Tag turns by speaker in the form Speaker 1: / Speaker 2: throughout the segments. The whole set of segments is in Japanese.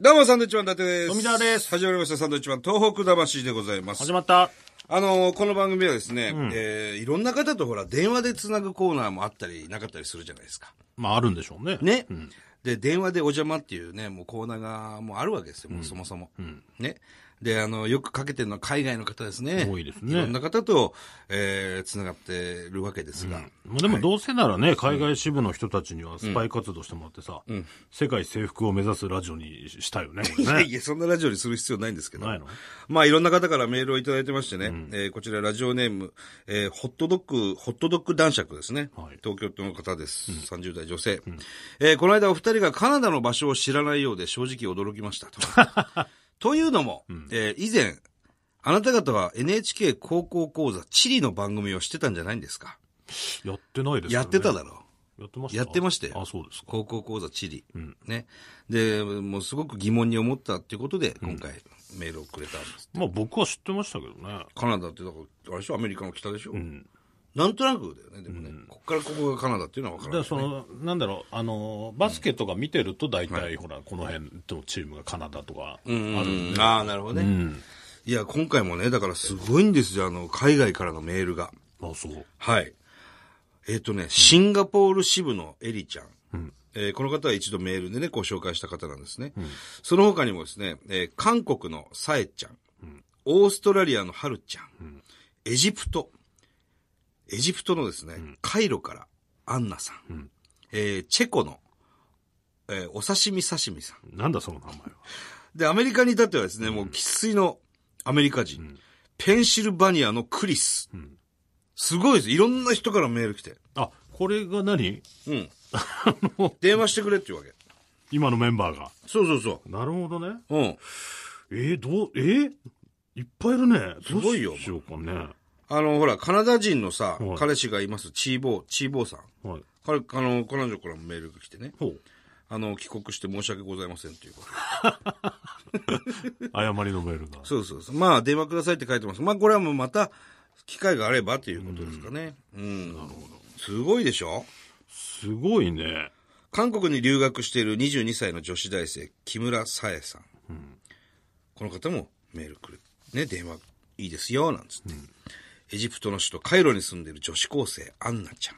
Speaker 1: どうも、サンドウィッチマン伊達です。
Speaker 2: 富澤です
Speaker 1: 始まりました、サンドウィッチマン東北魂でございます。
Speaker 2: 始まった。
Speaker 1: あのーこの番組はですね、えーいろんな方とほら、電話でつなぐコーナーもあったり、なかったりするじゃないですか。
Speaker 2: まあ、あるんでしょうね。
Speaker 1: ね。で、電話でお邪魔っていうね、もうコーナーがもうあるわけですよ、もうそもそも。ね。で、あの、よくかけてるのは海外の方ですね。
Speaker 2: 多いですね
Speaker 1: いろんな方と、えー、つながってるわけですが。
Speaker 2: もうでも、どうせならね、海外支部の人たちにはスパイ活動してもらってさ、世界征服を目指すラジオにしたよね、これ
Speaker 1: いや
Speaker 2: ね
Speaker 1: いや、そんなラジオにする必要ないんですけど。
Speaker 2: ないの
Speaker 1: まあ、いろんな方からメールをいただいてましてね、えーこちらラジオネーム、えーホットドッグ、ホットドッグ男爵ですね。
Speaker 2: はい
Speaker 1: 東京都の方です。30代女性、えーこの間お二人がカナダの場所を知らないようで正直驚きました と。というのも、えー以前、あなた方は NHK 高校講座地理の番組をしてたんじゃないんですか
Speaker 2: やってないですよ
Speaker 1: や
Speaker 2: ね。
Speaker 1: ってただろう。
Speaker 2: やってました
Speaker 1: やってましたよ
Speaker 2: あ、そうですか。
Speaker 1: 高校講座地理、ね。で、もうすごく疑問に思ったっていうことで、今回メールをくれたんです。
Speaker 2: まあ、僕は知ってましたけどね。
Speaker 1: カナダって、だから、あれでしょアメリカの北でしょ、
Speaker 2: ん
Speaker 1: なんとなくだよね、でもね。こっからここがカナダっていうのは分から
Speaker 2: で、
Speaker 1: ない、
Speaker 2: そ
Speaker 1: ね。
Speaker 2: の、なんだろう、あの、バスケとか見てると、大体、ほら、この辺のチームがカナダとか、あるんで。
Speaker 1: ああ、なるほどね、いや、今回もね、だからすごいんですよ、あの、海外からのメールが。
Speaker 2: あ、そう。
Speaker 1: はい。えっ、とね、シンガポール支部のエリちゃん。えーこの方は一度メールでね、ご紹介した方なんですね。その他にもですね、えー韓国のサエちゃん,、オーストラリアのハルちゃん,、エジプト、エジプトのですね、カイロからアンナさん、えーチェコの、えーお刺身刺身さん、
Speaker 2: なんだ、その名前は。
Speaker 1: で、アメリカに至ってはですね、もう生粋のアメリカ人、ペンシルバニアのクリス、すごいです。いろんな人からメール来て。
Speaker 2: あ、これが何
Speaker 1: うん。電話してくれっていうわけ。
Speaker 2: 今のメンバーが。
Speaker 1: そうそうそ
Speaker 2: なるほどね。
Speaker 1: う。うん。
Speaker 2: えー、どう、えーいっぱいいるね。
Speaker 1: すごいよ
Speaker 2: どうしようかね。
Speaker 1: あの、ほら、カナダ人のさ、
Speaker 2: はい
Speaker 1: 彼氏がいます、チーボー、チーボーさん。
Speaker 2: はい。
Speaker 1: 彼、あの、彼女からもメールが来てね。
Speaker 2: ほう。
Speaker 1: あの、帰国して申し訳ございませんっていうこと。
Speaker 2: 誤りのメールが。
Speaker 1: そうそうそう。まあ、電話くださいって書いてます。まあ、これはもうまた、機会があればっていうことですかね。うん。なるほど。すごいでしょ
Speaker 2: すごいね。
Speaker 1: 韓国に留学している22歳の女子大生、木村さえさん。この方もメールくる。ね、電話いいですよ、なんつって。エジプトの首都カイロに住んでる女子高生、アンナちゃん。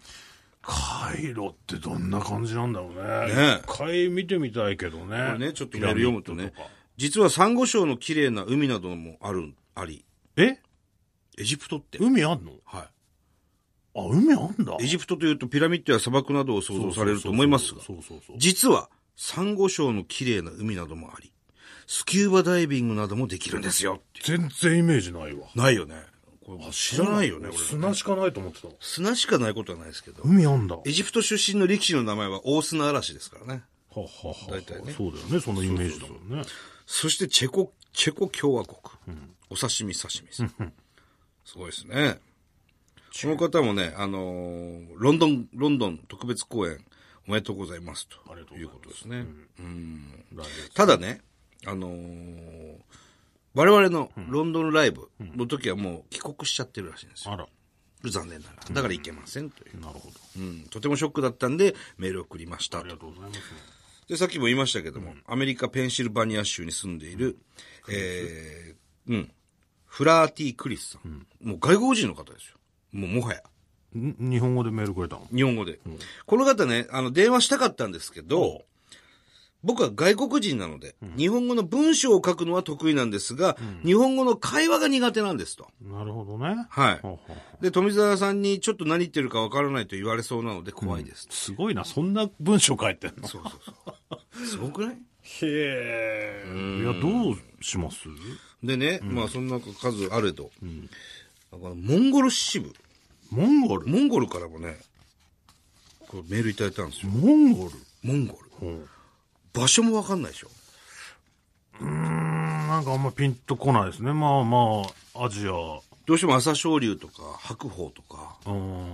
Speaker 2: カイロってどんな感じなんだろうね。
Speaker 1: ねえ
Speaker 2: 一回見てみたいけどね。
Speaker 1: これね、ちょっとメール読むとね
Speaker 2: ピラミッドか。
Speaker 1: 実はサンゴ礁の綺麗な海などもある、あり、
Speaker 2: え
Speaker 1: エジプトって。
Speaker 2: 海あんの
Speaker 1: は
Speaker 2: あ、海あんだ
Speaker 1: い。エジプトというとピラミッドや砂漠などを想像されると思いますが、
Speaker 2: そうそうそう。
Speaker 1: 実はサンゴ礁の綺麗な海などもあり、スキューバダイビングなどもできるんですよ。
Speaker 2: 全然イメージないわ。
Speaker 1: ないよね。これ知らないよね、俺
Speaker 2: 砂しかないと思ってた。
Speaker 1: 砂しかないことはないですけど、
Speaker 2: 海あんだ。
Speaker 1: エジプト出身の力士の名前は大砂嵐ですからね。
Speaker 2: ははは
Speaker 1: 大体ね
Speaker 2: そうだよね。そのイメージだもんね。
Speaker 1: そしてチェコ、チェコ共和国。お刺身刺身さん。すごいですね。この方もね、あのーロンドン、ロンドン特別公演おめでとうございますと
Speaker 2: ありがとうございます
Speaker 1: いうことですね。うん
Speaker 2: 来月
Speaker 1: ただね、あのー我々のロンドンライブの時はもう帰国しちゃってるらしいんですよ。
Speaker 2: あら。
Speaker 1: 残念ながら。だから行けませんという。
Speaker 2: なるほど。
Speaker 1: うん、とてもショックだったんでメールを送りました
Speaker 2: あ
Speaker 1: と
Speaker 2: りが。とうございますね。
Speaker 1: で、さっきも言いましたけども、アメリカ・ペンシルバニア州に住んでいる、えー、うん、フラーティ・クリスさん,、もう外国人の方ですよ。もうもはや。
Speaker 2: ん日本語でメールくれたの
Speaker 1: 日本語で。この方ね、あの、電話したかったんですけど、僕は外国人なので、日本語の文章を書くのは得意なんですが、日本語の会話が苦手なんですと。
Speaker 2: なるほどね。
Speaker 1: はい。
Speaker 2: ほうほう
Speaker 1: で、富澤さんにちょっと何言ってるかわからないと言われそうなので怖いです。
Speaker 2: すごいな、そんな文章書いてんの。
Speaker 1: そうそうそう。すごくない
Speaker 2: へえ。いや、どうします
Speaker 1: でね、まあそんな数あれど、だからモンゴル支部、
Speaker 2: モンゴル
Speaker 1: モンゴルからもね、これメールいただいたんですよ。
Speaker 2: モンゴル
Speaker 1: モンゴル。
Speaker 2: うん。
Speaker 1: 場所もわかんないでしょ。
Speaker 2: なんかあんまピンとこないですね。まあまあ、アジア。う
Speaker 1: どうしても朝青龍とか白鵬とか、
Speaker 2: ーん。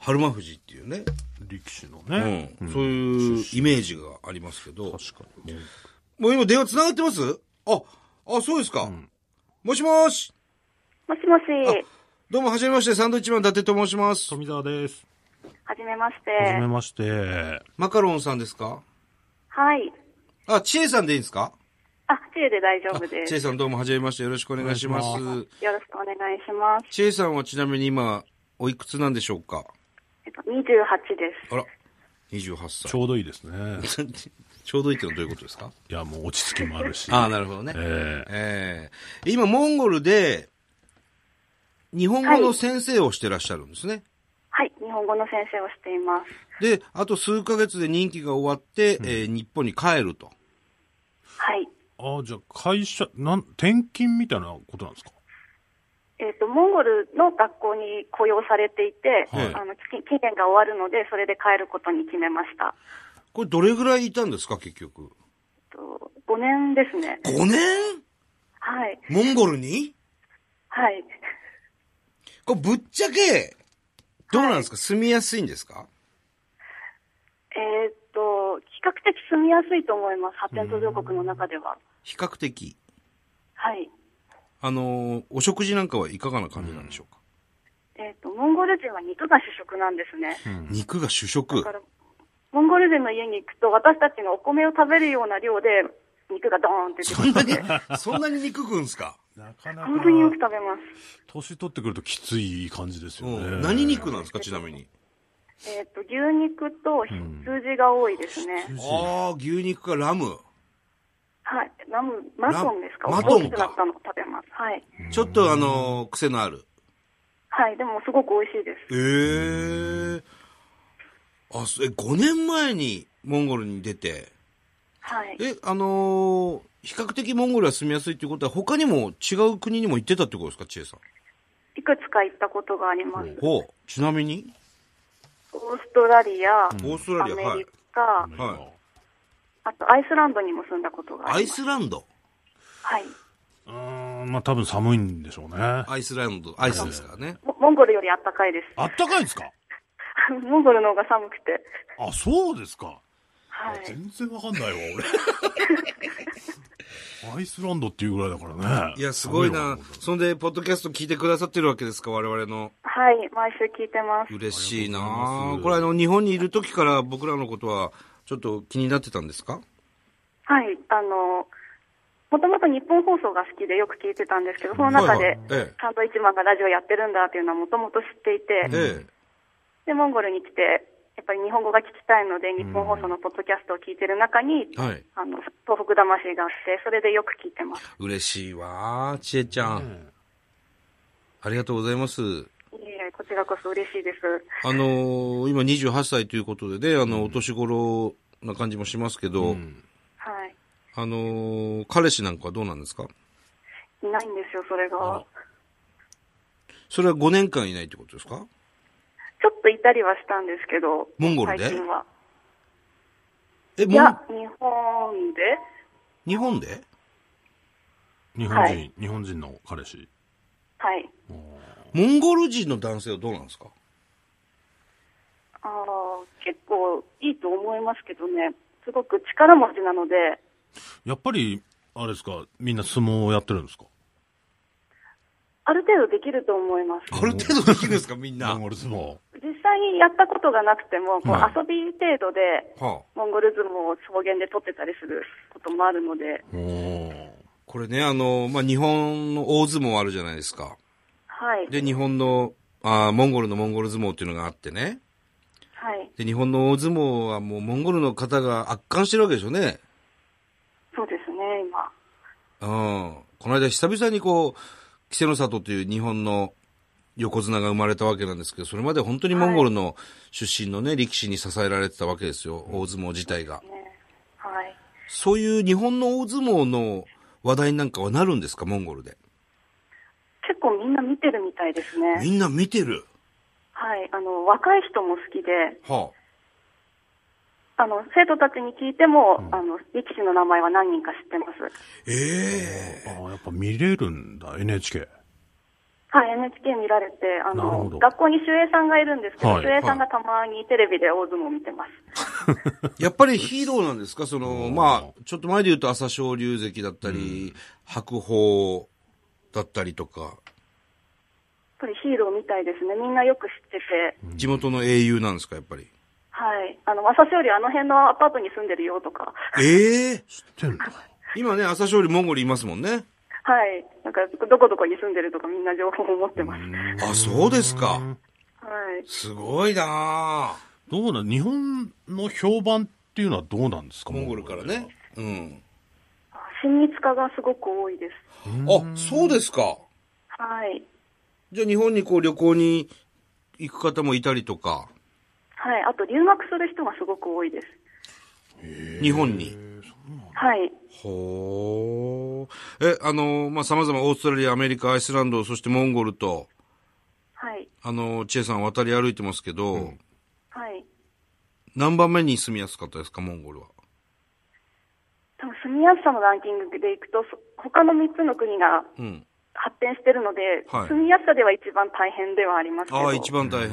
Speaker 1: 春馬富士っていうね、
Speaker 2: 力士の
Speaker 1: う
Speaker 2: ね。
Speaker 1: ん、そういうイメージがありますけど、
Speaker 2: 確かに。
Speaker 1: もう今電話繋がってますあ、あ、そうですか。もしもし。
Speaker 3: もしもし、
Speaker 1: どうも、はじめまして、サンドイッチマン伊達と申します。
Speaker 2: 富澤です。
Speaker 3: はじめまして。
Speaker 2: はじめまして。
Speaker 1: マカロンさんですか
Speaker 3: はい。
Speaker 1: あ、チエさんでいいんですか
Speaker 3: あ、知恵で大丈夫で
Speaker 1: チ
Speaker 3: す
Speaker 1: ェイ。さんどうもはじめまして。よろしくお願いします
Speaker 2: お。願
Speaker 3: よろしくお願いします。
Speaker 1: チェイさんはちなみに今、おいくつなんでしょうか
Speaker 3: えっと、28です。
Speaker 1: あら、28
Speaker 2: ち
Speaker 1: 歳。
Speaker 2: ょうどいいですね。
Speaker 1: ちょうどい いってのはどういうことですか
Speaker 2: いや、もう落ち着きもあるし。
Speaker 1: ああ、なるほどね。
Speaker 2: え
Speaker 1: え
Speaker 2: え
Speaker 1: え今、モンゴルで、日本語の先生をしてらっしゃるんですね。
Speaker 3: はい、日本語の先生をしています。
Speaker 1: で、あと数ヶ月で任期が終わって、えー日本に帰ると。
Speaker 3: はい。
Speaker 2: ああ、じゃあ会社、なん、転勤みたいなことなんですか
Speaker 3: えっと、モンゴルの学校に雇用されていて、
Speaker 1: はい
Speaker 3: あの期期限が終わるので、それで帰ることに決めました。
Speaker 1: これどれぐらいいたんですか、結局。
Speaker 3: えっと、5年ですね。
Speaker 1: 5年
Speaker 3: はい。
Speaker 1: モンゴルに
Speaker 3: はい。
Speaker 1: これぶっちゃけ、どうなんですか、住みやすいんですか
Speaker 3: えっと、比較的住みやすいと思います。発展途上国の中では。
Speaker 1: 比較的。
Speaker 3: はい。
Speaker 1: あのーお食事なんかはいかがな感じなんでしょうか、
Speaker 3: えっと、モンゴル人は肉が主食なんですね。
Speaker 1: 肉が主
Speaker 3: だ
Speaker 1: 食
Speaker 3: か。ら、モンゴル人の家に行くと、私たちのお米を食べるような量で、肉がドーンって出て
Speaker 1: そんなに、 そんなに肉食うんすか
Speaker 2: なかな
Speaker 3: 本当によく食べま
Speaker 2: 年取ってくるときつい感じですよ
Speaker 1: う
Speaker 2: ね。
Speaker 1: ん何肉なんですか、ちなみに。
Speaker 3: す。えっ、と、牛肉と羊が多いですね。
Speaker 1: ああ、牛肉かラム。
Speaker 3: はい。ラム、マトンですか
Speaker 1: ラマト
Speaker 3: 大
Speaker 1: ン
Speaker 3: き
Speaker 1: か
Speaker 3: くなったの食べます。はい。
Speaker 1: ちょっとあのー癖のある。
Speaker 3: はい。でも、すごく美味しいです。
Speaker 1: ええあ、そえ、5年前にモンゴルに出て、
Speaker 3: はい。
Speaker 1: え、あのー比較的モンゴルは住みやすいっていうことは、他にも違う国にも行ってたってことですか、千恵さん。
Speaker 3: いくつか行ったことがあります。
Speaker 1: ほう。ちなみに、
Speaker 3: オーストラリア、
Speaker 1: オーストラリア、
Speaker 3: ア
Speaker 1: は
Speaker 3: メ
Speaker 1: い
Speaker 3: リ。カ、
Speaker 1: は
Speaker 3: あとアイスランドにも住んだことがあ
Speaker 1: ア
Speaker 3: り
Speaker 1: イ
Speaker 3: ます。
Speaker 1: スランド。
Speaker 3: はい。
Speaker 2: うーん、まあ多分寒いんでしょうね。あ
Speaker 1: アイスランド、アイスですからね。
Speaker 3: モモンゴルより暖かいで
Speaker 2: ったかいですか
Speaker 3: す。 モンゴルの方が寒くて。
Speaker 2: あ、そうですか。
Speaker 3: はい。
Speaker 2: 全然わかんないわ、 俺。アイスランドっていうぐらいだからね。
Speaker 1: いや、すごいな
Speaker 2: 寒わ。
Speaker 1: そんで、ポッドキャスト聞いてくださってるわけですか、我々の。
Speaker 3: はい。毎週聞いてます。
Speaker 1: 嬉しい
Speaker 2: ありがとうござ
Speaker 1: な
Speaker 2: います
Speaker 1: これあの、日本にいる時から僕らのことは、ちょっと気になってたんですか
Speaker 3: はい、あの、もともと日本放送が好きでよく聞いてたんですけど、その中
Speaker 1: はい
Speaker 3: で、
Speaker 1: はいええ
Speaker 3: サンドイッチマンがラジオやってるんだっていうのはもともと知っていて、
Speaker 1: ええ。
Speaker 3: で、モンゴルに来て、やっぱり日本語が聞きたいので、日本放送のポッドキャストを聞いてる中に、
Speaker 1: はい。
Speaker 3: あの、東北魂があって、それでよく聞いてます。
Speaker 1: 嬉しいわ。ちえちゃん。
Speaker 2: ね
Speaker 1: ありがとうございます。
Speaker 3: いえ、こちらこそ嬉しいです。
Speaker 1: あのー今28歳ということでね、あの、お年頃な感じもしますけど、
Speaker 2: うん
Speaker 3: はい。
Speaker 1: あのー彼氏なんかはどうなんですか
Speaker 3: いないんですよ、それ
Speaker 2: あ
Speaker 3: が
Speaker 2: ら。
Speaker 1: それは5年間いないってことですか
Speaker 3: ちょっといたりはしたんですけど、
Speaker 1: モンゴルで
Speaker 3: 最近は。
Speaker 1: え、
Speaker 3: い
Speaker 1: も
Speaker 3: や
Speaker 1: う、、
Speaker 3: 日本で
Speaker 1: 日本で
Speaker 2: 日本人、
Speaker 3: はい
Speaker 2: 日本人の彼氏。
Speaker 3: はい。
Speaker 2: あー
Speaker 1: モンゴル人の男性はどうなんですか
Speaker 3: あー結構いいと思いますけどね、すごく力持ちなので、
Speaker 2: やっぱり、あれですか、みんな相撲をやってるんですか
Speaker 3: ある程度できると思います。
Speaker 1: ある程度できるんですかみんな。
Speaker 2: モン
Speaker 1: は
Speaker 2: ゴル相撲。
Speaker 3: 実際にやったことがなくても、こう
Speaker 2: はい
Speaker 3: 遊び程度で、
Speaker 1: あ。
Speaker 3: モンゴル相撲を草原で取ってたりすることもあるので、
Speaker 2: おー
Speaker 1: これね、あのーまあ、日本の大相撲あるじゃないですか。
Speaker 3: はい。
Speaker 1: で、日本の、あーモンゴルのモンゴル相撲っていうのがあってね。
Speaker 3: はい。
Speaker 1: で、日本の大相撲はもうモンゴルの方が圧巻してるわけでしょうね。
Speaker 3: そうですね、今。
Speaker 1: うん。この間久々にこう、稀勢の里という日本の横綱が生まれたわけなんですけど、それまで本当にモンゴルの出身のね、力士に支えられてたわけですよ。大相撲自体が。
Speaker 3: ね、はい。
Speaker 1: そういう日本の大相撲の話題なんかはなるんですか、モンゴルで。
Speaker 3: 結構みんな見てるみたいです
Speaker 1: み
Speaker 3: ね。
Speaker 1: んな見てる。
Speaker 3: はい。あの、若い人も好きで、
Speaker 1: は
Speaker 3: あの、生徒たちに聞いても、あの、力士の名前は何人か知ってます。
Speaker 1: あ、ええ
Speaker 2: あーやっぱ見れるんだ、NHK。
Speaker 3: はい、NHK 見られて、あ
Speaker 2: なるほ
Speaker 3: の
Speaker 2: ど、
Speaker 3: 学校に守衛さんがいるんですけど、
Speaker 2: はい
Speaker 3: 守衛さんがたまにテレビで大相撲を見てます。
Speaker 1: やっぱりヒーローなんですかその、
Speaker 2: うん
Speaker 1: まあ、ちょっと前で言うと朝青龍関だったり、白鵬だったりとか、
Speaker 3: やっぱりヒーローみたいですね。みんなよく知ってて、
Speaker 1: 地元の英雄なんですか、やっぱり。
Speaker 3: はい。あの、私よりあの辺のアパートに住んでるよとか、
Speaker 1: ええ
Speaker 2: 知ってんだ。
Speaker 1: 今ね、朝勝利モンゴルいますもんね。
Speaker 3: はい。なんか、どこどこに住んでるとかみんな情報を持ってます。
Speaker 1: あ、そうですか。
Speaker 3: はい。
Speaker 1: すごいなあ
Speaker 2: どうなん、日本の評判っていうのはどうなんですか
Speaker 1: モンゴルからね。。うん。
Speaker 3: 親密化がすごく多いです。
Speaker 1: あ、そうですか。
Speaker 3: はい。
Speaker 1: じゃあ日本にこう旅行に行く方もいたりとか、
Speaker 3: はい。あと、留学する人がすごく多いです。
Speaker 1: 日本に。
Speaker 3: はい。
Speaker 1: ほー。え、あの、まあ、様々オーストラリア、アメリカ、アイスランド、そしてモンゴルと、
Speaker 3: はい。
Speaker 1: あの、千恵さん渡り歩いてますけど、
Speaker 3: はい。
Speaker 1: 何番目に住みやすかったですか、モンゴルは。
Speaker 3: 多分、住みやすさのランキングでいくと、そ他の3つの国が
Speaker 1: うん。
Speaker 3: 発展してるので、
Speaker 1: はい
Speaker 3: 住みやすさでは一番大変ではありますけど。
Speaker 1: ああ、一番大変。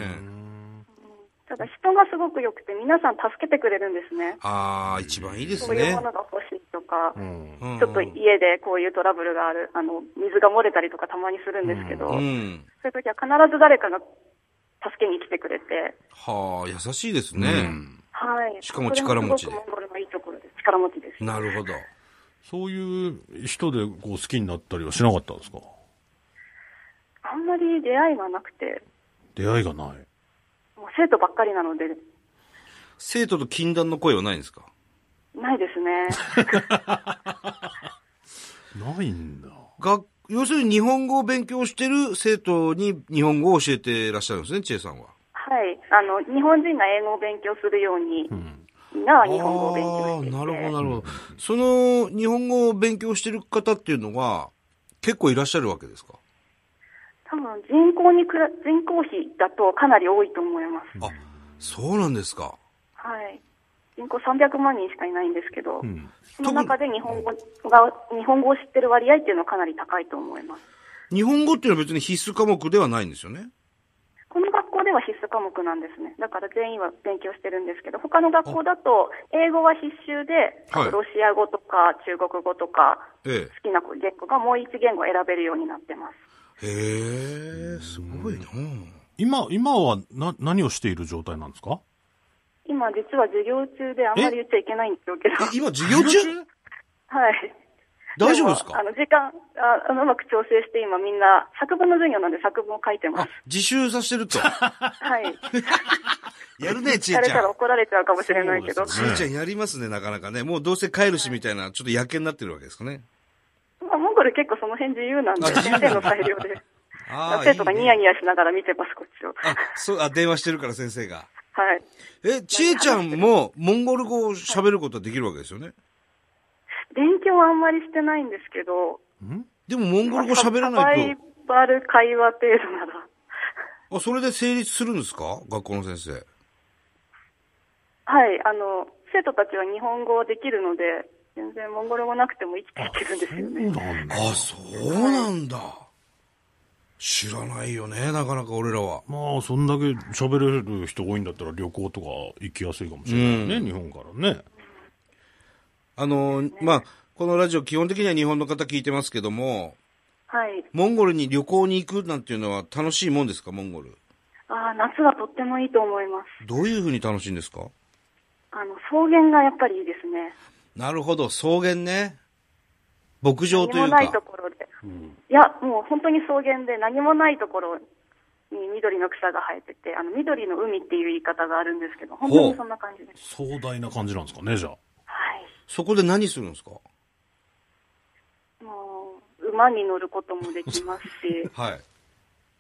Speaker 3: ただ、人がすごく良くて、皆さん助けてくれるんですね。
Speaker 1: ああ、一番いいです
Speaker 3: こういう
Speaker 1: ね
Speaker 3: も。のが欲しいとか、
Speaker 2: うん。
Speaker 1: うん
Speaker 3: ちょっと家でこういうトラブルがある、あの、水が漏れたりとかたまにするんですけ
Speaker 1: う
Speaker 3: ど、
Speaker 1: ん。
Speaker 3: そういう時は必ず誰かが助けに来てくれて、
Speaker 1: はあ、優しいですね。
Speaker 3: はい。
Speaker 1: しかも力持ちで
Speaker 3: それもすごくモンゴルのいいところです。力持ちです。
Speaker 1: なるほど。
Speaker 2: そういう人でこう好きになったりはしなかったんですか
Speaker 3: あんまり出会いがなくて、
Speaker 2: 出会いがない。
Speaker 3: もう生徒ばっかりなので、
Speaker 1: 生徒と禁断の声はないんですか
Speaker 3: ないです ね。
Speaker 2: ないんだ。
Speaker 1: 学要するに日本語を勉強してる生徒に日本語を教えてらっしゃるんですね、千恵さんは。
Speaker 3: はい。あの、日本人が英語を勉強するように、みんなは日本語を勉強していて。
Speaker 1: ああなるほど、なるほど。その日本語を勉強してる方っていうのは結構いらっしゃるわけですか
Speaker 3: 多分人口にくら、人口比だとかなり多いと思います。
Speaker 1: あ、そうなんですか。
Speaker 3: はい。人口300万人しかいないんですけど、
Speaker 2: うん。
Speaker 3: その中で日本語が、日本語を知ってる割合っていうのはかなり高いと思います。
Speaker 1: 日本語っていうのは別に必須科目ではないんですよね。
Speaker 3: この学校では必須科目なんですね。だから全員は勉強してるんですけど、他の学校だと、英語は必修で、
Speaker 1: はい
Speaker 3: あとロシア語とか中国語とか、
Speaker 1: え
Speaker 3: 好きな言語がもう一言語選べるようになってます。
Speaker 1: え。へえ、すごいな
Speaker 2: 今、今はな、何をしている状態なんですか
Speaker 3: 今、実は授業中であんまり言っちゃいけないんですけど、
Speaker 1: え今授業中
Speaker 3: はい。
Speaker 1: 大丈夫です
Speaker 3: もあ
Speaker 1: か
Speaker 3: の、時間あ、あの、うまく調整して今みんな作文の授業なんで作文を書いてま
Speaker 1: あ
Speaker 3: す。、
Speaker 1: 自習させてる と。
Speaker 3: はい。
Speaker 1: やる ね、ち
Speaker 3: さ
Speaker 1: え
Speaker 3: れ
Speaker 1: ちゃ
Speaker 3: た
Speaker 1: ん
Speaker 3: ら。怒られちゃうかもしれないけど、
Speaker 2: そうです
Speaker 1: ちえちゃんやりますね、なかなかね。もうどうせ帰るしみたいな、ちょっとやけになってるわけですかね。
Speaker 3: まあ、モンゴル結構その辺自由なんで、先生の裁量で。
Speaker 1: ああ、
Speaker 3: 生徒が
Speaker 1: いい
Speaker 3: ニ
Speaker 1: ね
Speaker 3: ヤニヤしながら見てます、こっちを。
Speaker 1: あ、そう、あ、電話してるから先生が。
Speaker 3: はい。
Speaker 1: え、ちえちゃんもモンゴル語を喋ることはできるわけですよね。
Speaker 3: 勉強はあんまりしてないんですけど、
Speaker 2: ん
Speaker 1: でもモンゴル語喋ら
Speaker 3: まあサ
Speaker 1: な
Speaker 3: バ
Speaker 1: い
Speaker 3: イバル会話程度なら。
Speaker 1: と。あ、それで成立するんですか学校の先生。
Speaker 3: はい、あの、生徒たちは日本語できるので、全然モンゴル語なくても生きていけるんですよ
Speaker 2: そう
Speaker 3: ね。
Speaker 2: なんだ。
Speaker 1: あ、そうなんだ。知らないよね、なかなか俺らは。
Speaker 2: まあ、そんだけ喋れる人多いんだったら旅行とか行きやすいかもしれないね、日本からね。
Speaker 1: あの、まあ、このラジオ基本的には日本の方聞いてますけども、
Speaker 3: はい。
Speaker 1: モンゴルに旅行に行くなんていうのは楽しいもんですか、モンゴル。
Speaker 3: ああ、夏はとってもいいと思います。
Speaker 1: どういうふうに楽しいんですか
Speaker 3: あの、草原がやっぱりいいですね。
Speaker 1: なるほど、草原ね。牧場と
Speaker 3: 何
Speaker 1: い
Speaker 3: も
Speaker 1: う
Speaker 3: ないと
Speaker 1: か。
Speaker 3: ころで。いや、もう本当に草原で何もないところに緑の草が生えてて、あの、緑の海っていう言い方があるんですけど、本当にそんな感じです。
Speaker 2: 壮大な感じなんですかね、じゃあ。
Speaker 3: はい。
Speaker 1: そこで何するんですか、
Speaker 3: もう、馬に乗ることもできますし
Speaker 1: はい。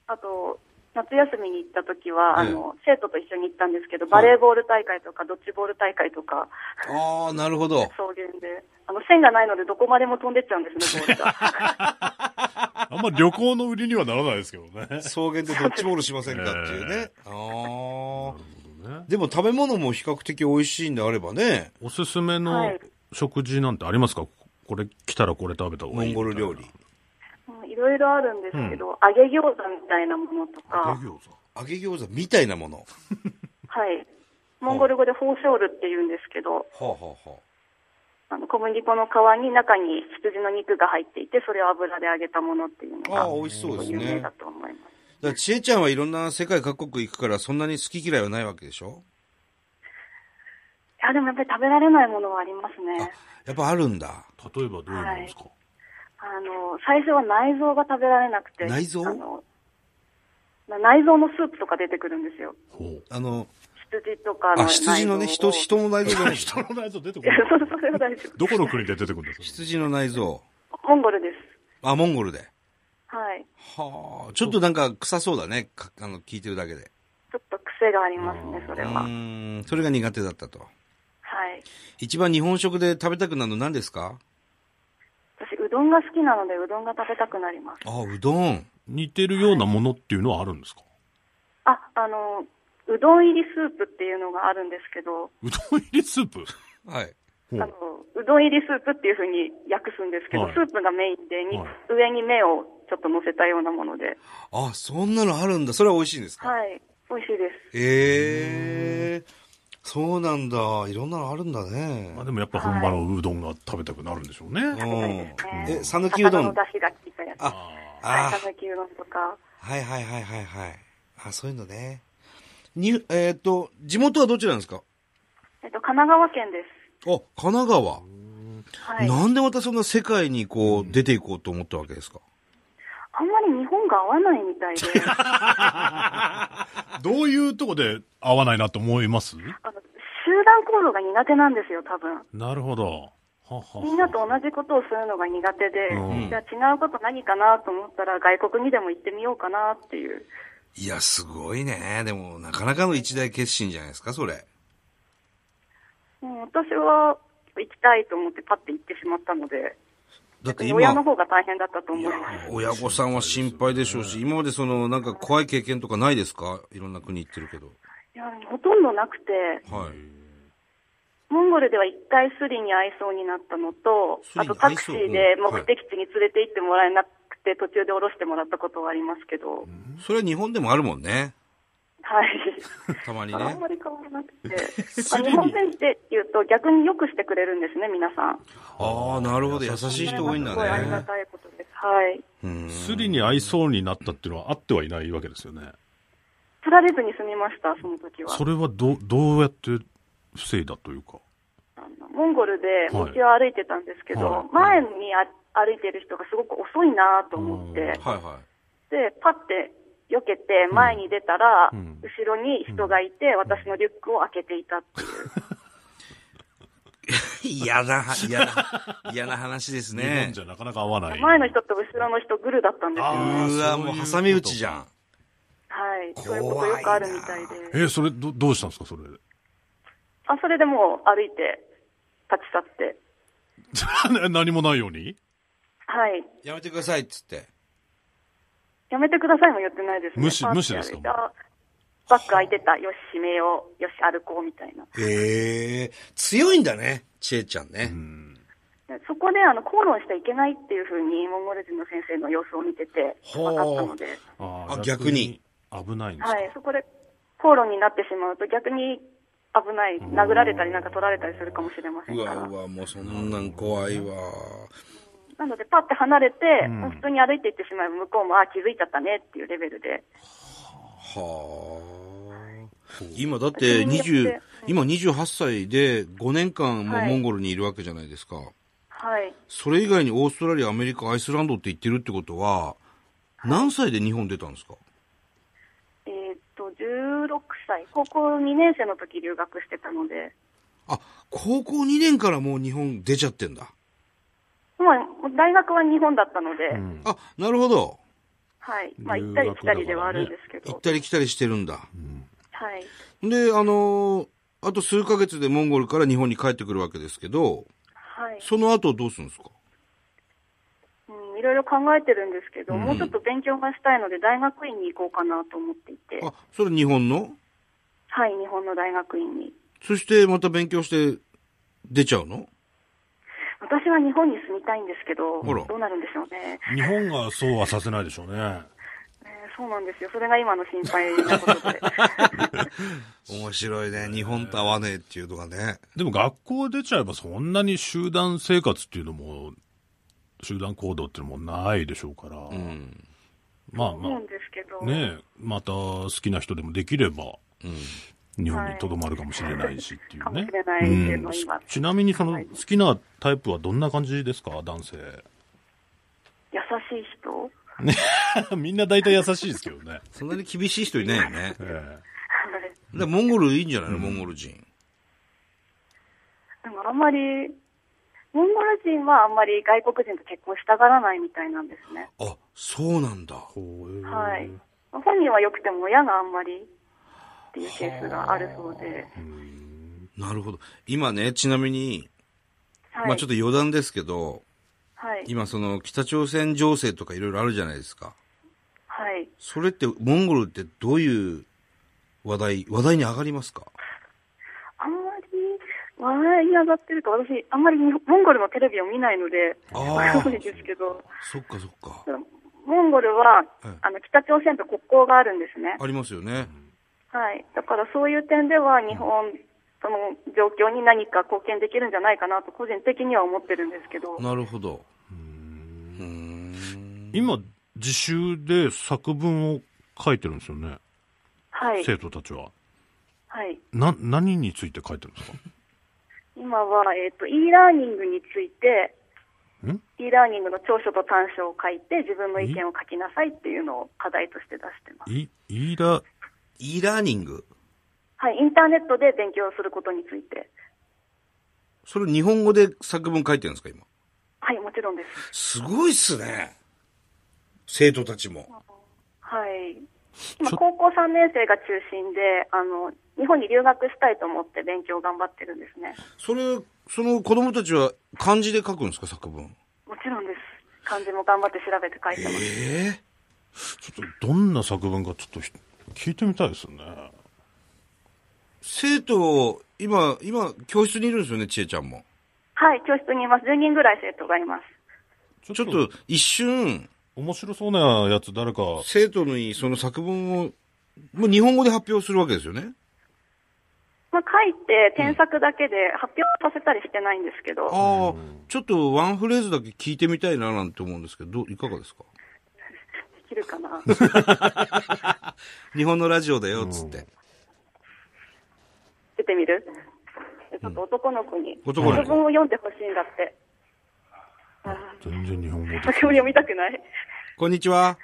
Speaker 3: あと、夏休みに行った時は、あ
Speaker 1: ええ
Speaker 3: の、生徒と一緒に行ったんですけど、バレーボール大会とか、ドッジボール大会とか、
Speaker 1: ああ、なるほど。
Speaker 3: 草原で、あの、線がないのでどこまでも飛んでっちゃうんですね、ボールが。
Speaker 2: あんま旅行の売りにはならないですけどね。
Speaker 1: 草原でドッジボールしませんかっていうね。ああ。でも食べ物も比較的美味しいんであればね、
Speaker 2: おすすめ
Speaker 3: は
Speaker 2: の
Speaker 3: い
Speaker 2: 食事なんてありますかこれ来たらこれ食べた方
Speaker 1: モ
Speaker 2: がいい
Speaker 1: ン
Speaker 2: みた
Speaker 1: ゴル料
Speaker 2: いな。
Speaker 1: 理。
Speaker 3: うんいろいろあるんですけど、揚げ餃子みたいなものと
Speaker 2: 揚
Speaker 3: か、
Speaker 2: げ餃子。
Speaker 1: 揚げ餃子みたいなもの。は
Speaker 3: はい。モンゴル語でフォーショールって言うんですけど、
Speaker 1: あ、はあは
Speaker 3: あの小麦粉の皮に中に羊の肉が入っていて、それを油で揚げたものっていうの
Speaker 1: あ、ああ
Speaker 3: が
Speaker 1: ー、美味しそうです
Speaker 3: 有名
Speaker 1: ね。
Speaker 3: だ
Speaker 1: だか
Speaker 3: と思います。
Speaker 1: ら、ちえちゃんはいろんな世界各国行くから、そんなに好き嫌いはないわけでしょ
Speaker 3: いや、でもやっぱり食べられないものはありますね。
Speaker 1: やっぱあるんだ。
Speaker 2: 例えばどういうのですか、
Speaker 3: あの、最初は内臓が食べられなくて。
Speaker 1: 内臓
Speaker 3: あのまあ内臓のスープとか出てくるんですよ。
Speaker 2: ほ う。
Speaker 1: あの、
Speaker 3: 羊とかの。
Speaker 1: あ、羊のね、人、。人の内臓じゃない
Speaker 2: 人の内臓出てこ
Speaker 3: いや
Speaker 2: ない。、
Speaker 3: そそれは大丈
Speaker 2: どこの国で出てくるん ですか
Speaker 1: 羊の内臓。
Speaker 3: 夫。モンゴルです。
Speaker 1: あ、モンゴルで。
Speaker 3: はい。
Speaker 1: はあ、ちょっとなんか臭そうだね。かあの、聞いてるだけで。
Speaker 3: ちょっと癖がありますね、それ
Speaker 1: う
Speaker 3: は。はい。
Speaker 1: ーん、それが苦手だったと。一番日本食で食べたくなるの何ですか
Speaker 3: 私、うどんが好きなので、うどんが食べたくなります。
Speaker 1: あ、うどん。
Speaker 2: 似てるようなものっていうのはあるんですか
Speaker 3: あ、あの、うどん入りスープっていうのがあるんですけど、
Speaker 2: うどん入りスー プ
Speaker 1: はい。
Speaker 2: ほ
Speaker 3: あの
Speaker 2: う。、
Speaker 3: うどん入りスープっていうふうに訳すんですけど、
Speaker 2: はい
Speaker 3: スープがメインでに、
Speaker 2: はい
Speaker 3: 上に目をちょっと乗せたようなもので、
Speaker 1: あ、そんなのあるんだ。それは美味しいんですか
Speaker 3: はい。美味しいです。
Speaker 1: ええそうなんだ。いろんなのあるんだね
Speaker 2: まあ。でもやっぱ本場のうどんが食べたくなるんでしょうね。
Speaker 1: う
Speaker 3: べたい
Speaker 1: ん
Speaker 3: ですね。
Speaker 1: え、讃岐うど
Speaker 3: 魚の
Speaker 1: ん
Speaker 3: 出。汁が効いたやつ。
Speaker 1: あ、
Speaker 2: あ
Speaker 3: は
Speaker 1: あ
Speaker 3: い讃岐うどんとか。
Speaker 1: はいはいはいはいはい。あ、そういうのね。に、えっ、と、地元はどちらなんですか
Speaker 3: えっと、神奈川県です。
Speaker 1: あ、神奈川。
Speaker 3: はい。
Speaker 1: なんでまたそんな世界にこう、出ていこうと思ったわけですか
Speaker 3: あんまり日本が合わないみたいで、
Speaker 2: あ。どういうとこで合わないなと思います
Speaker 3: あの集団行動が苦手なんですよ、多分。
Speaker 2: なるほど。はは
Speaker 3: みんなと同じことをするのが苦手で、
Speaker 2: うん
Speaker 3: じゃあ違うこと何かなと思ったら外国にでも行ってみようかなっていう。
Speaker 1: いや、すごいね。でも、なかなかの一大決心じゃないですか、それ。
Speaker 3: うん、私は行きたいと思ってパッて行ってしまったので、
Speaker 1: だって
Speaker 3: 親
Speaker 1: 今、
Speaker 3: の方が大変だったと思います。
Speaker 1: 親御さんは心配でしょうし、今までその、なんか怖い経験とかないですかいろんな国行ってるけど。
Speaker 3: いや、ほとんどなくて、
Speaker 1: はい。
Speaker 3: モンゴルでは一回スリに会いそうになったのと、
Speaker 1: スリ
Speaker 3: あ
Speaker 1: に
Speaker 3: とタクシー
Speaker 1: 会
Speaker 3: で
Speaker 1: いそううん
Speaker 3: 目的地に連れて行ってもらえなくて、途中で降ろしてもらったことはありますけど、
Speaker 1: それは日本でもあるもんね。
Speaker 3: はい。
Speaker 1: た まに
Speaker 3: あん
Speaker 1: ね
Speaker 3: ま。り変わらなく て、あ日本人って言うと逆によくしてくれるんですね、皆さん。
Speaker 1: ああ、なるほど。優しい人多いんだ
Speaker 3: すごいありが
Speaker 1: ね。
Speaker 3: たいことです。はい。
Speaker 1: うん。
Speaker 2: スリに合いそうになったっていうのはあってはいないわけですよね。
Speaker 3: 取られずに済みました、その時は。
Speaker 2: それはど、どうやって防いだというか。
Speaker 3: あのモンゴルで
Speaker 2: は
Speaker 3: 道
Speaker 2: い
Speaker 3: を歩いてたんですけど、
Speaker 2: は
Speaker 3: 前にあ歩いてる人がすごく遅いなと思って、
Speaker 2: うん
Speaker 3: で、
Speaker 1: はいはい。
Speaker 3: パッて避けて前に出たら、
Speaker 2: うん
Speaker 3: 後ろに人がいて、私のリュックを開けていたっていう。
Speaker 1: 嫌な、嫌な、嫌な話です
Speaker 2: 日本
Speaker 1: ね
Speaker 2: じ。ゃなかなか合わない。
Speaker 3: 前の人と後ろの人グルだったんですよ
Speaker 2: あ
Speaker 3: ね。
Speaker 1: うわ、もう挟み撃ちじゃん。
Speaker 3: はい。そう
Speaker 1: 怖いな
Speaker 3: いうことよくあるみたいで。
Speaker 2: え、それ、ど、どうしたんですか、それ。
Speaker 3: あ、それでもう歩いて、立ち去って。
Speaker 2: 何もないように
Speaker 3: はい。
Speaker 1: やめてくださいっつって。
Speaker 3: やめてくださいも言ってないですね。
Speaker 2: 無視
Speaker 3: パーって
Speaker 2: 無視ですか
Speaker 3: 歩いたバッグ開いてた。よし、閉めよう。よし、歩こう。みたいな。
Speaker 1: ええ強いんだね、ちえちゃんね。
Speaker 2: うん。
Speaker 3: でそこで、あの、口論しちゃいけないっていうふうに、モンゴル人の先生の様子を見てて、
Speaker 1: ほう
Speaker 3: 分かったので、
Speaker 2: あ
Speaker 1: あ
Speaker 2: ー
Speaker 1: 逆に。
Speaker 2: 危ないんですか、
Speaker 3: はい。そこで、口論になってしまうと、逆に危ない。殴られたり、なんか取られたりするかもしれません
Speaker 1: う
Speaker 3: か
Speaker 1: わ
Speaker 3: ら。
Speaker 1: うわ、もうそんなん怖いわ。
Speaker 3: なので、パッて離れて、
Speaker 2: うん
Speaker 3: 普通に歩いていってしまえば、向こうも、あ、気づいちゃったねっていうレベルで。
Speaker 1: はあ。今だって20
Speaker 3: うん、
Speaker 1: 今28歳で5年間もう
Speaker 3: はい
Speaker 1: モンゴルにいるわけじゃないですか。
Speaker 3: はい。
Speaker 1: それ以外にオーストラリア、アメリカ、アイスランドって言ってるってことは、何歳で日本出たんですか
Speaker 3: えーっと、16歳。高校2年生の時留学してたので、
Speaker 1: あ、高校2年からもう日本出ちゃってんだ。
Speaker 3: まあ、大学は日本だったので、
Speaker 2: うん
Speaker 1: あ、なるほど。
Speaker 3: はい。まあ、
Speaker 2: 留
Speaker 3: 行っ
Speaker 2: 学
Speaker 3: たり来たりではあるんですけ
Speaker 1: 行
Speaker 3: ど、
Speaker 1: ったり来たりしてるんだ。
Speaker 3: はい。
Speaker 1: で、あのーあと数ヶ月でモンゴルから日本に帰ってくるわけですけど、
Speaker 3: はい。
Speaker 1: その後どうするんですか
Speaker 3: うん、いろいろ考えてるんですけど、もうちょっと勉強がしたいので、大学院に行こうかなと思っていて、
Speaker 1: あ、それ日本の
Speaker 3: はい、日本の大学院に。
Speaker 1: そしてまた勉強して出ちゃうの
Speaker 3: 私は日本に住みたいんですけど、
Speaker 1: あら
Speaker 3: どうなるんでしょうね。
Speaker 2: 日本がそうはさせないでしょうね。
Speaker 3: えーそうなんですよ。それが今の心配なこと で。
Speaker 1: 面白いね。日本と合わねえっていうのがね。
Speaker 2: でも学校出ちゃえばそんなに集団生活っていうのも、集団行動っていうのもないでしょうから、
Speaker 1: うん。
Speaker 2: まあ
Speaker 3: 思
Speaker 2: ま
Speaker 3: うんですけど、
Speaker 2: あ、ねえまた好きな人でもできれば、
Speaker 1: うん。
Speaker 2: 日本にとどまるかもしれないしってい
Speaker 3: か
Speaker 2: う
Speaker 3: も
Speaker 2: ね
Speaker 3: し。れないうっていうんのを
Speaker 2: ち
Speaker 3: 今、
Speaker 2: ちなみにその
Speaker 3: はい
Speaker 2: 好きなタイプはどんな感じですか、男性。
Speaker 3: 優しい人
Speaker 2: みんな大体優しいですけどね。
Speaker 1: そんなに厳しい人いないよね。だか
Speaker 2: え
Speaker 1: らモンゴルいいんじゃないの、モンゴル人。
Speaker 3: でもあんまり、モンゴル人はあんまり外国人と結婚したがらないみたいなんですね。
Speaker 1: あ、そうなんだ。
Speaker 2: えほうえー
Speaker 3: はい。本人は良くても親があんまりっていうケースがあるそうで。
Speaker 1: なるほど。今ね、ちなみに、
Speaker 3: はい。
Speaker 1: まあちょっと余談ですけど、
Speaker 3: はい。
Speaker 1: 今その北朝鮮情勢とかいろいろあるじゃないですか。
Speaker 3: はい。
Speaker 1: それって、モンゴルってどういう話題、話題に上がりますか
Speaker 3: あんまり、笑い上がってると私、あんまり日本モンゴルのテレビを見ないので、
Speaker 1: あ
Speaker 3: わ
Speaker 1: ー
Speaker 3: かんないですけど、
Speaker 1: そっかそっか。
Speaker 3: モンゴルは、
Speaker 1: はい
Speaker 3: あの、北朝鮮と国交があるんですね。
Speaker 1: ありますよね。
Speaker 3: はい。だからそういう点では、日本との状況に何か貢献できるんじゃないかなと、個人的には思ってるんですけど、
Speaker 1: なるほど。うーん。
Speaker 2: 今、自習で作文を書いてるんですよね、
Speaker 3: はい。
Speaker 2: 生徒たちは。
Speaker 3: はい。
Speaker 2: な、何について書いてるんですか
Speaker 3: 今は、えっ、と、e ラーニングについて、
Speaker 2: ん
Speaker 3: e ラーニングの長所と短所を書いて、自分の意見を書きなさいっていうのを課題として出してます。
Speaker 2: い、イーラ、
Speaker 1: e ラーニング。
Speaker 3: はい。インターネットで勉強することについて。
Speaker 1: それ日本語で作文書いてるんですか、今。
Speaker 3: はい、もちろんです。
Speaker 1: すごいっすね。生徒たちも。
Speaker 3: はい。今、
Speaker 2: ちょ
Speaker 3: 高校3年生が中心で、あの、日本に留学したいと思って勉強頑張ってるんですね。
Speaker 1: それ、その子供たちは漢字で書くんですか、作文。
Speaker 3: もちろんです。漢字も頑張って調べて書いてま
Speaker 1: え
Speaker 3: す。
Speaker 2: ちょっとどんな作文かちょっとひ聞いてみたいですよね。
Speaker 1: 生徒、今、今、教室にいるんですよね、ちえちゃんも。
Speaker 3: はい、教室にいます。10人ぐらい生徒がいま
Speaker 2: ち
Speaker 3: す。
Speaker 1: ちょっと、一瞬、
Speaker 2: 面白そうなやつ誰か、
Speaker 1: 生徒にその作文を、もう日本語で発表するわけですよね。
Speaker 3: まあ、書いて添削だけで発表させたりしてないんですけど、
Speaker 1: ああ、ちょっとワンフレーズだけ聞いてみたいななんて思うんですけど、どういかがですか
Speaker 3: できる かな。
Speaker 1: 日本のラジオだよ、つって。
Speaker 3: 出てみるちょっと男の子に。
Speaker 1: 男の子
Speaker 3: 作文を読んでほしいんだって。
Speaker 2: 全然日本語で。
Speaker 3: 作文読みたくない。
Speaker 1: こんにちは。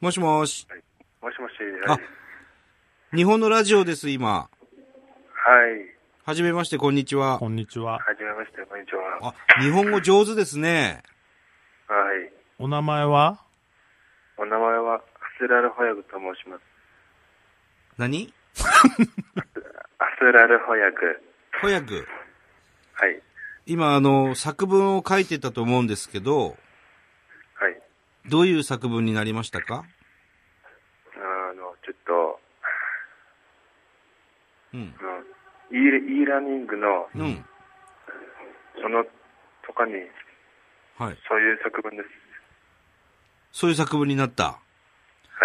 Speaker 1: もしもし。
Speaker 4: もしもし、
Speaker 1: あ
Speaker 4: はい。、
Speaker 1: 日本のラジオです、今。
Speaker 4: はい。
Speaker 1: はじめまして、こんにちは
Speaker 2: こ。んにちは。
Speaker 4: はじめまして、こんにちは。
Speaker 1: あ、日本語上手ですね。
Speaker 4: はい。
Speaker 2: お名前は
Speaker 4: お名前は、アスラルホヤグと申します。
Speaker 1: 何
Speaker 4: アスラルホヤグ。
Speaker 1: 子役。
Speaker 4: はい。
Speaker 1: 今、あの、作文を書いてたと思うんですけど、
Speaker 4: はい。
Speaker 1: どういう作文になりましたか
Speaker 4: あの、ちょっと、
Speaker 1: うん。
Speaker 4: あのイーイーラーニングの、
Speaker 1: うん。
Speaker 4: その、とかに、
Speaker 1: はい。
Speaker 4: そういう作文です。
Speaker 1: そういう作文になった。
Speaker 4: は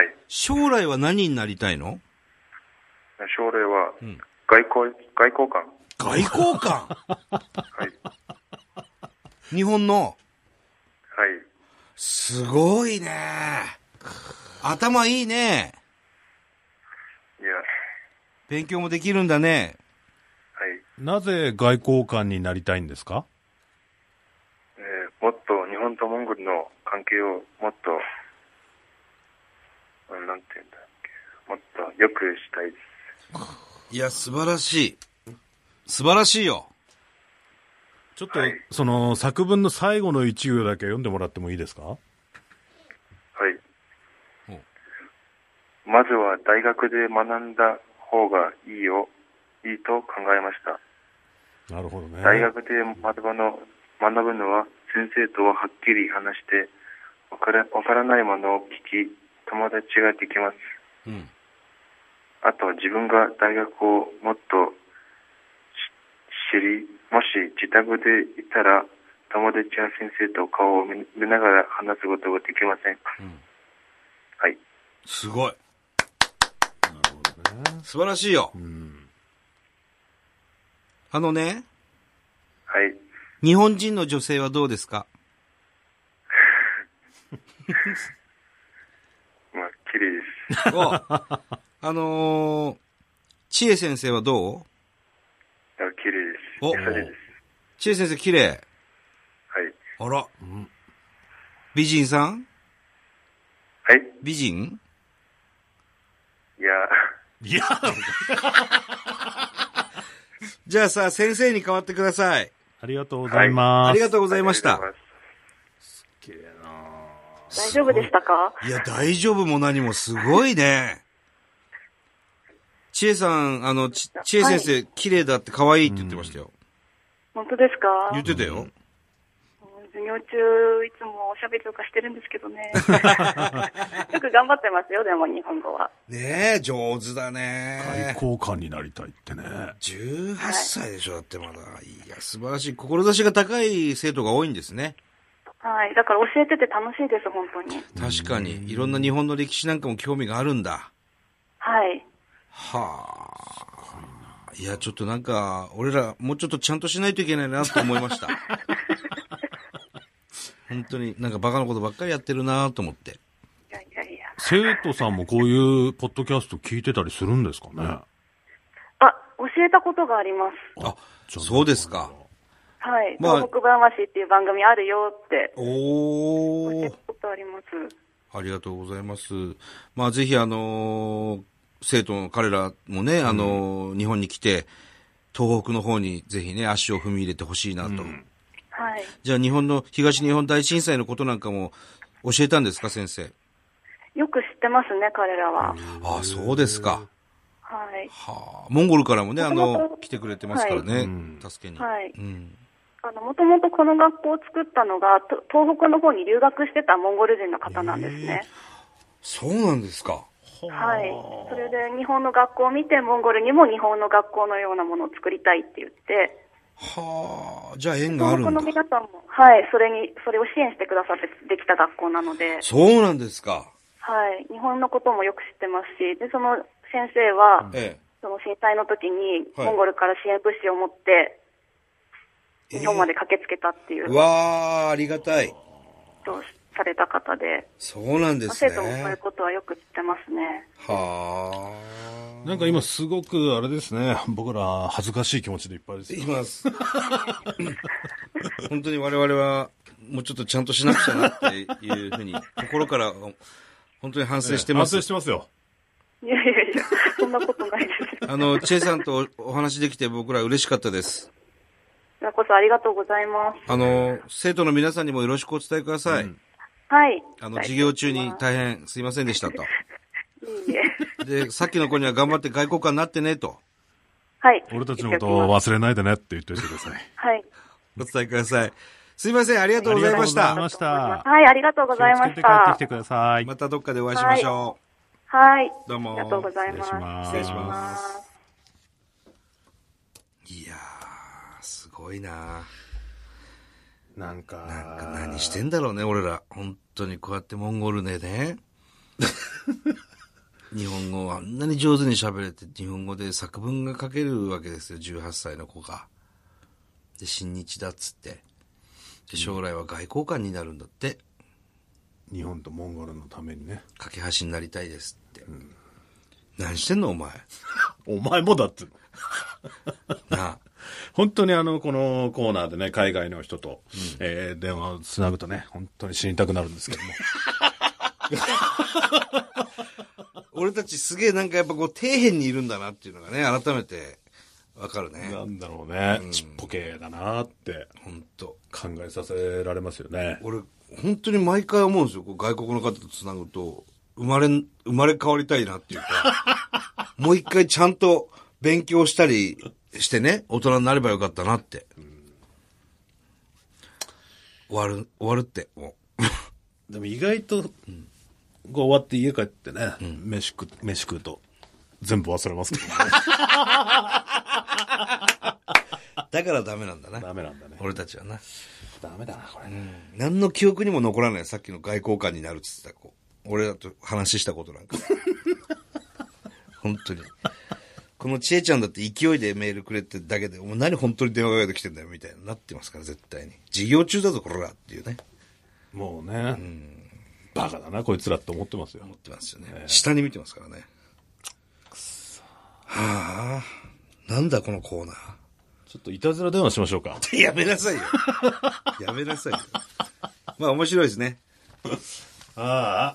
Speaker 4: い。
Speaker 1: 将来は何になりたいの
Speaker 4: 将来は
Speaker 1: ん、
Speaker 4: 外交、外交官。
Speaker 1: 外交官
Speaker 4: は い。
Speaker 1: 日本の。
Speaker 4: はい。
Speaker 1: すごいね。頭いいね。
Speaker 4: いや、
Speaker 1: 勉強もできるんだね。
Speaker 4: はい。
Speaker 2: なぜ外交官になりたいんですか
Speaker 4: えーもっと日本とモンゴルの関係をもっと、うんなんて言うんだっけ、もっと良くしたいです。
Speaker 1: いや、素晴らしい。素晴らしいよ。ちょっと、
Speaker 4: はい
Speaker 2: その作文の最後の一行だけ読んでもらってもいいですか
Speaker 4: はい
Speaker 1: お。
Speaker 4: まずは大学で学んだ方がいいよ、いいと考えました。
Speaker 2: なるほどね。
Speaker 4: 大学で学ぶの学ぶのは先生とははっきり話して、わからわからないものを聞き、友達ができます。
Speaker 1: うん。
Speaker 4: あと自分が大学をもっとし知り、もし自宅でいたら友達や先生と顔を見見ながら話すことができません。はい。
Speaker 1: すごい。
Speaker 2: なるほどね。
Speaker 1: 素晴らしいよ。
Speaker 2: うん。
Speaker 1: あのね、
Speaker 4: はい。
Speaker 1: 日本人の女性はどうですか
Speaker 4: まあ、綺麗です。
Speaker 1: お ああのー、千恵先生はどう
Speaker 4: あ綺麗です。
Speaker 1: お
Speaker 4: 優しいです。
Speaker 1: 千恵先生綺麗。
Speaker 4: はい。
Speaker 1: あら。美人さん
Speaker 4: はい。
Speaker 1: 美人
Speaker 4: いや、
Speaker 2: い や、
Speaker 1: じゃあさ、先生に代わってください。
Speaker 2: ありがとうございます。
Speaker 1: ありがとうございまし
Speaker 4: あり
Speaker 1: た
Speaker 4: がとうござい。ます
Speaker 3: 大丈夫でしたか
Speaker 1: いや、大丈夫も何もすごいね。千恵さん、あの、ち千恵先生、綺麗だって可愛いって言ってましたよ。
Speaker 3: 本当ですか
Speaker 1: 言ってたよ。
Speaker 3: 授業中、いつもおしゃべりとかしてるんですけ どね。よく頑張ってますよ、でも日本語は。
Speaker 1: ねえ、上手だね
Speaker 2: 外。交官になりたいってね。
Speaker 1: 18歳でしょ、だってまだ。いや、素晴らしい。志が高い生徒が多いんですね。
Speaker 3: はい。だから教えてて楽しいです、本当に。
Speaker 1: 確かに。いろんな日本の歴史なんかも興味があるんだ。
Speaker 3: はい。
Speaker 1: はあ。いや、ちょっとなんか、俺ら、もうちょっとちゃんとしないといけないなと思いま した。本当に、なんかバカなことばっかりやってるなと思って。
Speaker 3: いやいやいや。
Speaker 2: 生徒さんもこういうポッドキャスト聞いてたりするんですかね。
Speaker 3: あ、教えたことがあります。
Speaker 1: あ、そうですか。
Speaker 3: はい。
Speaker 1: まあ
Speaker 3: 東北話っていう番組あるよって、
Speaker 1: お
Speaker 3: 教え
Speaker 1: ー
Speaker 3: た。ことあります。
Speaker 1: ありがとうございます。まあ、ぜひ、あのー生徒の彼らもね、あのー日本に来て、東北の方にぜひね、足を踏み入れてほしいなと。
Speaker 3: はい。
Speaker 1: じゃあ、日本の、東日本大震災のことなんかも教えたんですか、先生。
Speaker 3: よく知ってますね、彼らは。
Speaker 1: ああ、そうですか。
Speaker 3: はい。
Speaker 1: はあ、モンゴルからもね、あ
Speaker 3: もとも
Speaker 1: の
Speaker 3: と、
Speaker 1: 来てくれてますからね、
Speaker 2: ん
Speaker 1: 助けに。
Speaker 3: はい
Speaker 1: うん。
Speaker 3: あの、もともとこの学校を作ったのが、と東北の方に留学してたモンゴル人の方なんですね。
Speaker 1: そうなんですか。
Speaker 3: はい。それで日本の学校を見て、モンゴルにも日本の学校のようなものを作りたいって言って、
Speaker 1: はあ、じゃあ縁がある
Speaker 3: 東北
Speaker 1: ん
Speaker 3: の
Speaker 1: だ。
Speaker 3: 皆さんも、はい、それに、それを支援してくださってできた学校なので、
Speaker 1: そうなんですか。
Speaker 3: はい。日本のこともよく知ってますし、で、その先生は、
Speaker 1: え
Speaker 3: その震災の時に、
Speaker 1: はい
Speaker 3: モンゴルから支援物資を持って、
Speaker 1: え。
Speaker 3: 日本まで駆けつけたっていう
Speaker 1: ええ。わあ、ありがたい。
Speaker 3: ことをされた方で、
Speaker 1: そうなんです
Speaker 3: 生
Speaker 1: ね。
Speaker 3: 徒もそういうことはよく知ってますね。
Speaker 1: はあ。
Speaker 2: なんか今すごくあれですね、僕ら恥ずかしい気持ちでいっぱいですよ
Speaker 1: い。ます。 本当に我々は、もうちょっとちゃんとしなくちゃなっていうふうに、心から、本当に反省してます
Speaker 2: 反省。してますよ。
Speaker 3: いやいやいや、そんなことないです よ。
Speaker 1: あの、チェさんとおお話できて僕ら嬉しかったです。
Speaker 3: こちらこそありがとうございます。
Speaker 1: あの、生徒の皆さんにもよろしくお伝えください。
Speaker 3: はい。
Speaker 1: あの、授業中に大変すいませんでしたと。
Speaker 3: いいえ。
Speaker 1: で、さっきの子には頑張って外交官になってねと、
Speaker 3: はい。
Speaker 2: 俺たちのことを忘れないでねって言っておいてください。
Speaker 3: はい。
Speaker 1: お伝えください。すいません、ありがとうございまし
Speaker 2: ありがとうござい
Speaker 1: た。
Speaker 2: ました
Speaker 3: はい、ありがとうございま
Speaker 2: 気をつけ
Speaker 3: し
Speaker 2: て帰って
Speaker 3: た
Speaker 2: きて。ください。
Speaker 1: またどっかでお会いしましょ
Speaker 3: はい。
Speaker 1: う。どうも。
Speaker 3: ありがとうございます。。
Speaker 2: 失礼します
Speaker 1: いやー、すごいな
Speaker 2: なんか、
Speaker 1: なんか何してんだろうね、俺ら。本当にこうやってモンゴルでね。日本語をあんなに上手に喋れて、日本語で作文が書けるわけですよ、18歳の子が。で、新日だっつって。で、将来は外交官になるんだって。
Speaker 2: 日本とモンゴルのためにね。
Speaker 1: 架け橋になりたいですって。何してんの、お前。
Speaker 2: お前もだって。
Speaker 1: なあ。
Speaker 2: 本当にあの、このコーナーでね、海外の人と、えー電話をつなぐとね、本当に死にたくなるんですけども。
Speaker 1: 俺たちすげえなんかやっぱこう、底辺にいるんだなっていうのがね、改めてわかるね。
Speaker 2: なんだろうね、ちっぽけだなって
Speaker 1: ほんと。
Speaker 2: 考えさせられますよね。
Speaker 1: 俺、本当に毎回思うんですよ。こう外国の方と繋ぐと、生まれ、生まれ変わりたいなっていうか、 もう一回ちゃんと勉強したりしてね、大人になればよかったなって。終わる、終わるって、も
Speaker 2: でも意外と、こう終わって家帰ってね、飯食、飯食うと、全部忘れますけどね。
Speaker 1: う。だからダメなんだな。
Speaker 2: ダメなんだね。
Speaker 1: 俺たちはな。
Speaker 2: ダメだな、これね。
Speaker 1: 何の記憶にも残らない。さっきの外交官になるっつってた子。俺らと話したことなんか。本当に。このちえちゃんだって勢いでメールくれてだけで、お前何本当に電話かけてきてんだよみたいになってますから、絶対に。授業中だぞ、こらっていうね。
Speaker 2: もうね、バカだな、こいつらって思ってますよ。
Speaker 1: 思ってますよね。下に見てますからね。ああ、なんだこのコーナ
Speaker 2: ちょっといたずら電話しましょうか。
Speaker 1: ー。やめなさいよ。やめなさいよ。まあ面白いですね。
Speaker 2: ああ。